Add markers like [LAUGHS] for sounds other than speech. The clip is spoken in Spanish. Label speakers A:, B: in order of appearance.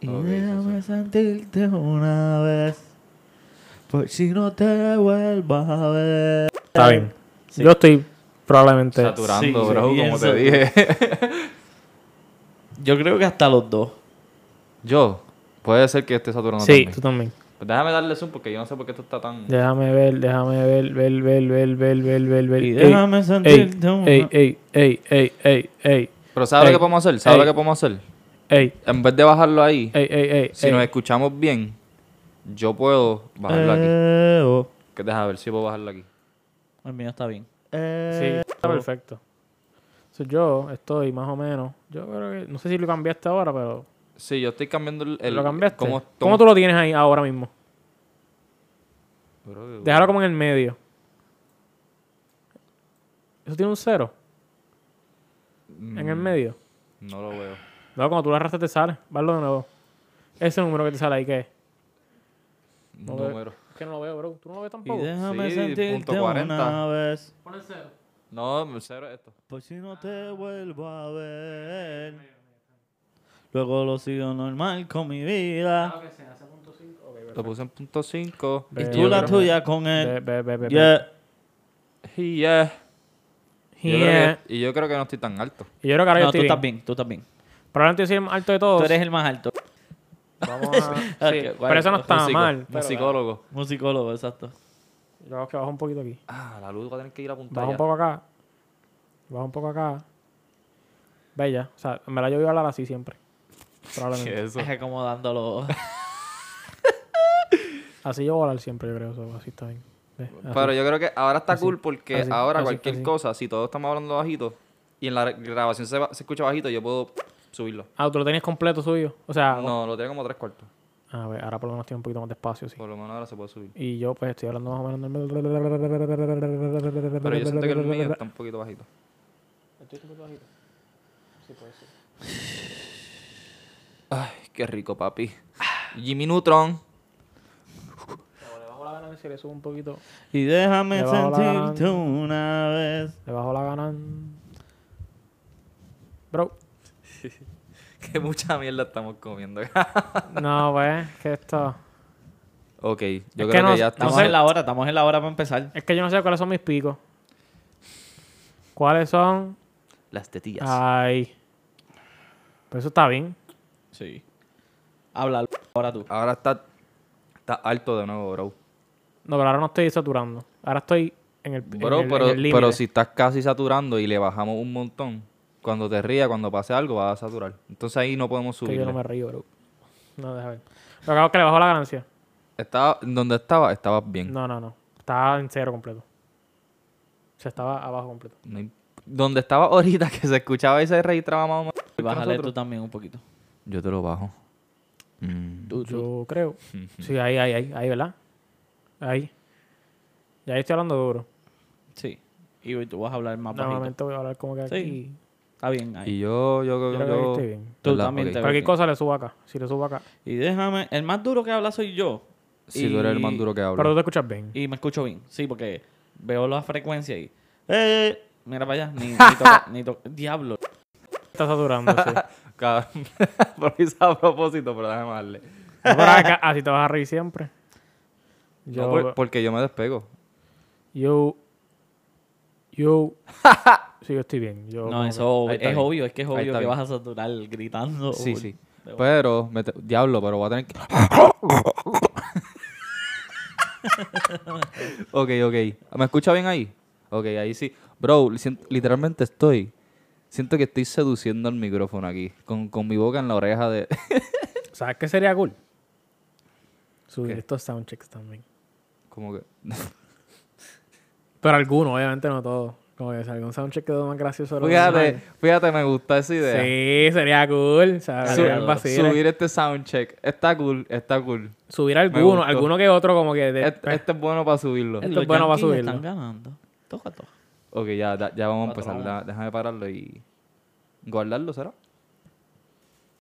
A: Y
B: Ok, sí,
A: déjame
B: sí.
A: sentirte una vez. Por si no te vuelvas a ver.
C: Está bien.
A: Sí.
C: Yo estoy probablemente.
B: Saturando,
A: Sí,
B: bro,
A: sí,
B: como te
A: eso.
B: dije.
A: Yo creo que hasta los dos.
B: [LAUGHS] Yo, puede ser que esté saturando
C: sí,
B: también.
C: tú también.
B: Pues déjame darle zoom porque yo no sé por qué esto está tan.
C: Déjame ver, déjame ver, ver, ver, ver, ver, ver, ver, ver.
A: Y
C: Ey,
A: déjame sentirte una
C: Ey, ey, ey, ey, ey, ey,
B: Pero ¿sabes
C: Ey,
B: lo que podemos hacer? ¿Sabes
C: ey.
B: lo que podemos hacer?
C: ey,
B: En vez de bajarlo ahí,
C: ey, ey, ey.
B: si
C: ey.
B: nos escuchamos bien, yo puedo bajarlo aquí.
A: Eh, oh.
B: Que Déjame ver si puedo bajarlo aquí.
A: El mío está bien.
B: Eh,
A: Eh,
C: Sí, está perfecto. So, yo estoy más o menos. Yo creo que. No sé si lo cambiaste ahora, pero.
B: Sí, yo estoy cambiando el. el-
C: ¿Lo cambiaste?
B: ¿Cómo,
C: ¿Cómo, tú lo tienes ahí ahora mismo?
B: Bro,
C: Déjalo como en el medio. ¿Eso tiene un cero? ¿En
B: Mm.
C: el medio?
B: No lo veo.
C: Luego cuando tú lo arrastras te sale. Valo de nuevo. Ese número que te sale ahí, ¿qué es? No veo.
B: Número.
C: Es que no lo veo, bro. ¿Tú no lo ves
A: Y
C: tampoco?
A: déjame
B: Sí, punto
A: sentirte
B: 40.
A: una vez.
C: Pon el cero.
B: No, cero es esto.
A: Por si no te vuelvo a ver. Luego lo sigo normal con mi
C: Ah,
A: vida.
B: Lo puse en punto 5.
A: Y
C: Ve,
A: tú la
C: ve,
A: tuya con
C: Ve,
A: él.
C: ve, ve, ve.
A: Yeah.
B: Y yeah. Yo creo
C: Yeah.
B: que- Y yo creo que no estoy tan alto.
C: Y yo creo que ahora yo
A: No, tú
C: estoy bien.
A: estás bien, tú estás bien.
C: Probablemente yo soy el más alto de todos.
A: Tú eres el más alto. [LAUGHS]
C: Vamos a... sí,
A: vale, pues
C: pero eso no está
B: Músico,
C: mal. pero-
B: Musicólogo.
A: Musicólogo, exacto.
C: Yo creo que bajo un poquito aquí.
B: Ah, la luz va a tener que ir a
C: Baja
B: pantalla.
C: un poco acá. Baja un poco acá. Bella. O sea, me la yo voy a hablar así siempre. Probablemente.
B: ¿Qué es eso?
A: Es [LAUGHS] como dándolo.
C: Así yo voy a hablar siempre, yo creo. eso, así está bien. Ve, así.
B: Pero yo creo que ahora está
C: Así,
B: cool porque
C: así,
B: ahora
C: así,
B: cualquier
C: así.
B: cosa, si todos estamos hablando bajito y en la grabación se, va- se escucha bajito, yo puedo subirlo.
C: Ah, tú lo tenías completo suyo. O sea,
B: No, lo tenía como tres cuartos.
C: a ver, ahora por lo menos tiene un poquito más de espacio, sí.
B: Por lo menos ahora se puede subir.
C: Y yo pues estoy hablando más o menos del...
B: Pero yo siento que el mío
C: [LAUGHS]
B: está un poquito bajito. Ay, qué rico, papi. Jimmy Neutron. [LAUGHS]
C: Le bajo la ganancia, le subo un poquito.
A: Y déjame
C: Le bajo la
A: sentirte una vez.
C: Le bajo la ganancia. Bro.
B: Que mucha mierda estamos comiendo. [LAUGHS]
C: No, pues, que esto...
B: ok, yo
C: que
B: creo
C: no-
B: que ya
C: no
B: estamos.
A: Estamos
C: sé.
A: en la hora, estamos en la hora para empezar.
C: Es que yo no sé cuáles son mis picos. ¿Cuáles son?
B: Las tetillas.
C: Ah. Ay. Pues eso está bien.
A: Sí. Habla ahora tú.
B: Ahora está, está alto de nuevo, bro.
C: No, pero ahora no estoy saturando. Ahora estoy en el en
B: Bro,
C: el-
B: pero,
C: en el límite.
B: pero si estás casi saturando y le bajamos un montón, cuando te rías, cuando pase algo, vas a saturar. Entonces ahí no podemos
C: Que
B: subir.
C: yo no me río, bro. No, deja ver. Lo que hago es que le bajo la ganancia.
B: Estaba, donde estaba, estabas bien.
C: No, no, no. Estaba en cero completo. O sea, estaba abajo completo.
B: No hay- Donde estaba ahorita, [LAUGHS] que se escuchaba y se registraba más o menos. que
A: Bájale tú
B: nosotros.
A: también un poquito.
B: Yo te lo bajo. Mm.
A: Tú, tú.
C: Yo creo. Sí, ahí, ahí, ahí, ahí, ¿verdad? Ahí. Y ahí estoy hablando duro.
A: Sí. Y hoy tú vas a hablar más Ah, bajito.
C: Normalmente voy a hablar como que
A: Sí.
C: aquí.
A: Está bien ahí.
B: Y yo, yo,
C: Yo
B: yo,
C: creo que ahí
B: yo-
C: estoy bien.
A: Tú
B: ¿verdad?
A: también
B: Ok.
A: te-
C: Cualquier
A: bien.
C: cosa le subo acá. Si le subo acá.
A: Y déjame, el más duro que habla soy yo.
B: Si tú eres el
A: Y-
B: más duro que habla.
C: Pero tú te escuchas bien.
A: Y me escucho bien, sí, porque veo la frecuencia y... ¡Eh! Mira para allá, ni,
B: [LAUGHS]
A: ni toca, ni toca- ¡Diablo!
C: Estás saturando, sí.
B: [LAUGHS] Cabrón, Lo hice a propósito, pero déjame darle.
C: No, pero acá, así te vas a reír siempre. Yo,
B: No, pues. por- porque yo me despego.
C: yo, yo, sí, yo estoy bien. Yo como
A: No,
C: que-
A: eso
B: Ahí
A: es
B: está bien.
A: obvio, es que es
B: Ahí
A: obvio
B: está
A: que vas
B: bien.
A: a saturar gritando.
B: Sí,
A: full.
B: sí.
A: Pero-
B: Pero, me te- diablo, pero voy a tener que. ok, ok. ¿Me escucha bien ahí? Ok, ahí sí. Bro, sien- literalmente estoy. Siento que estoy seduciendo al micrófono aquí. Con, con mi boca en la oreja de. [LAUGHS]
C: ¿Sabes qué sería cool? Subir
B: ¿Qué?
C: estos soundchecks también.
B: Como que.
C: Pero algunos, obviamente no todos. Como que si algún soundcheck quedó más gracioso. lo
B: Fíjate,
C: normal.
B: fíjate, me gusta esa idea.
C: Sí, sería cool. ¿sabes?
B: Su-
C: Sería el vacile.
B: subir este soundcheck. Está cool, está cool.
C: Subir
B: Me
C: alguno,
B: gustó.
C: alguno que otro como que... de- pues.
B: Este, este es bueno para subirlo.
C: Esto
A: Los
C: es bueno para
A: Yankees le
C: subirlo.
A: están ganando. Toca, toca.
B: Ok, ya, ya, ya vamos a empezar.
A: Patrón.
B: Da- Déjame pararlo y. ¿Guardarlo será?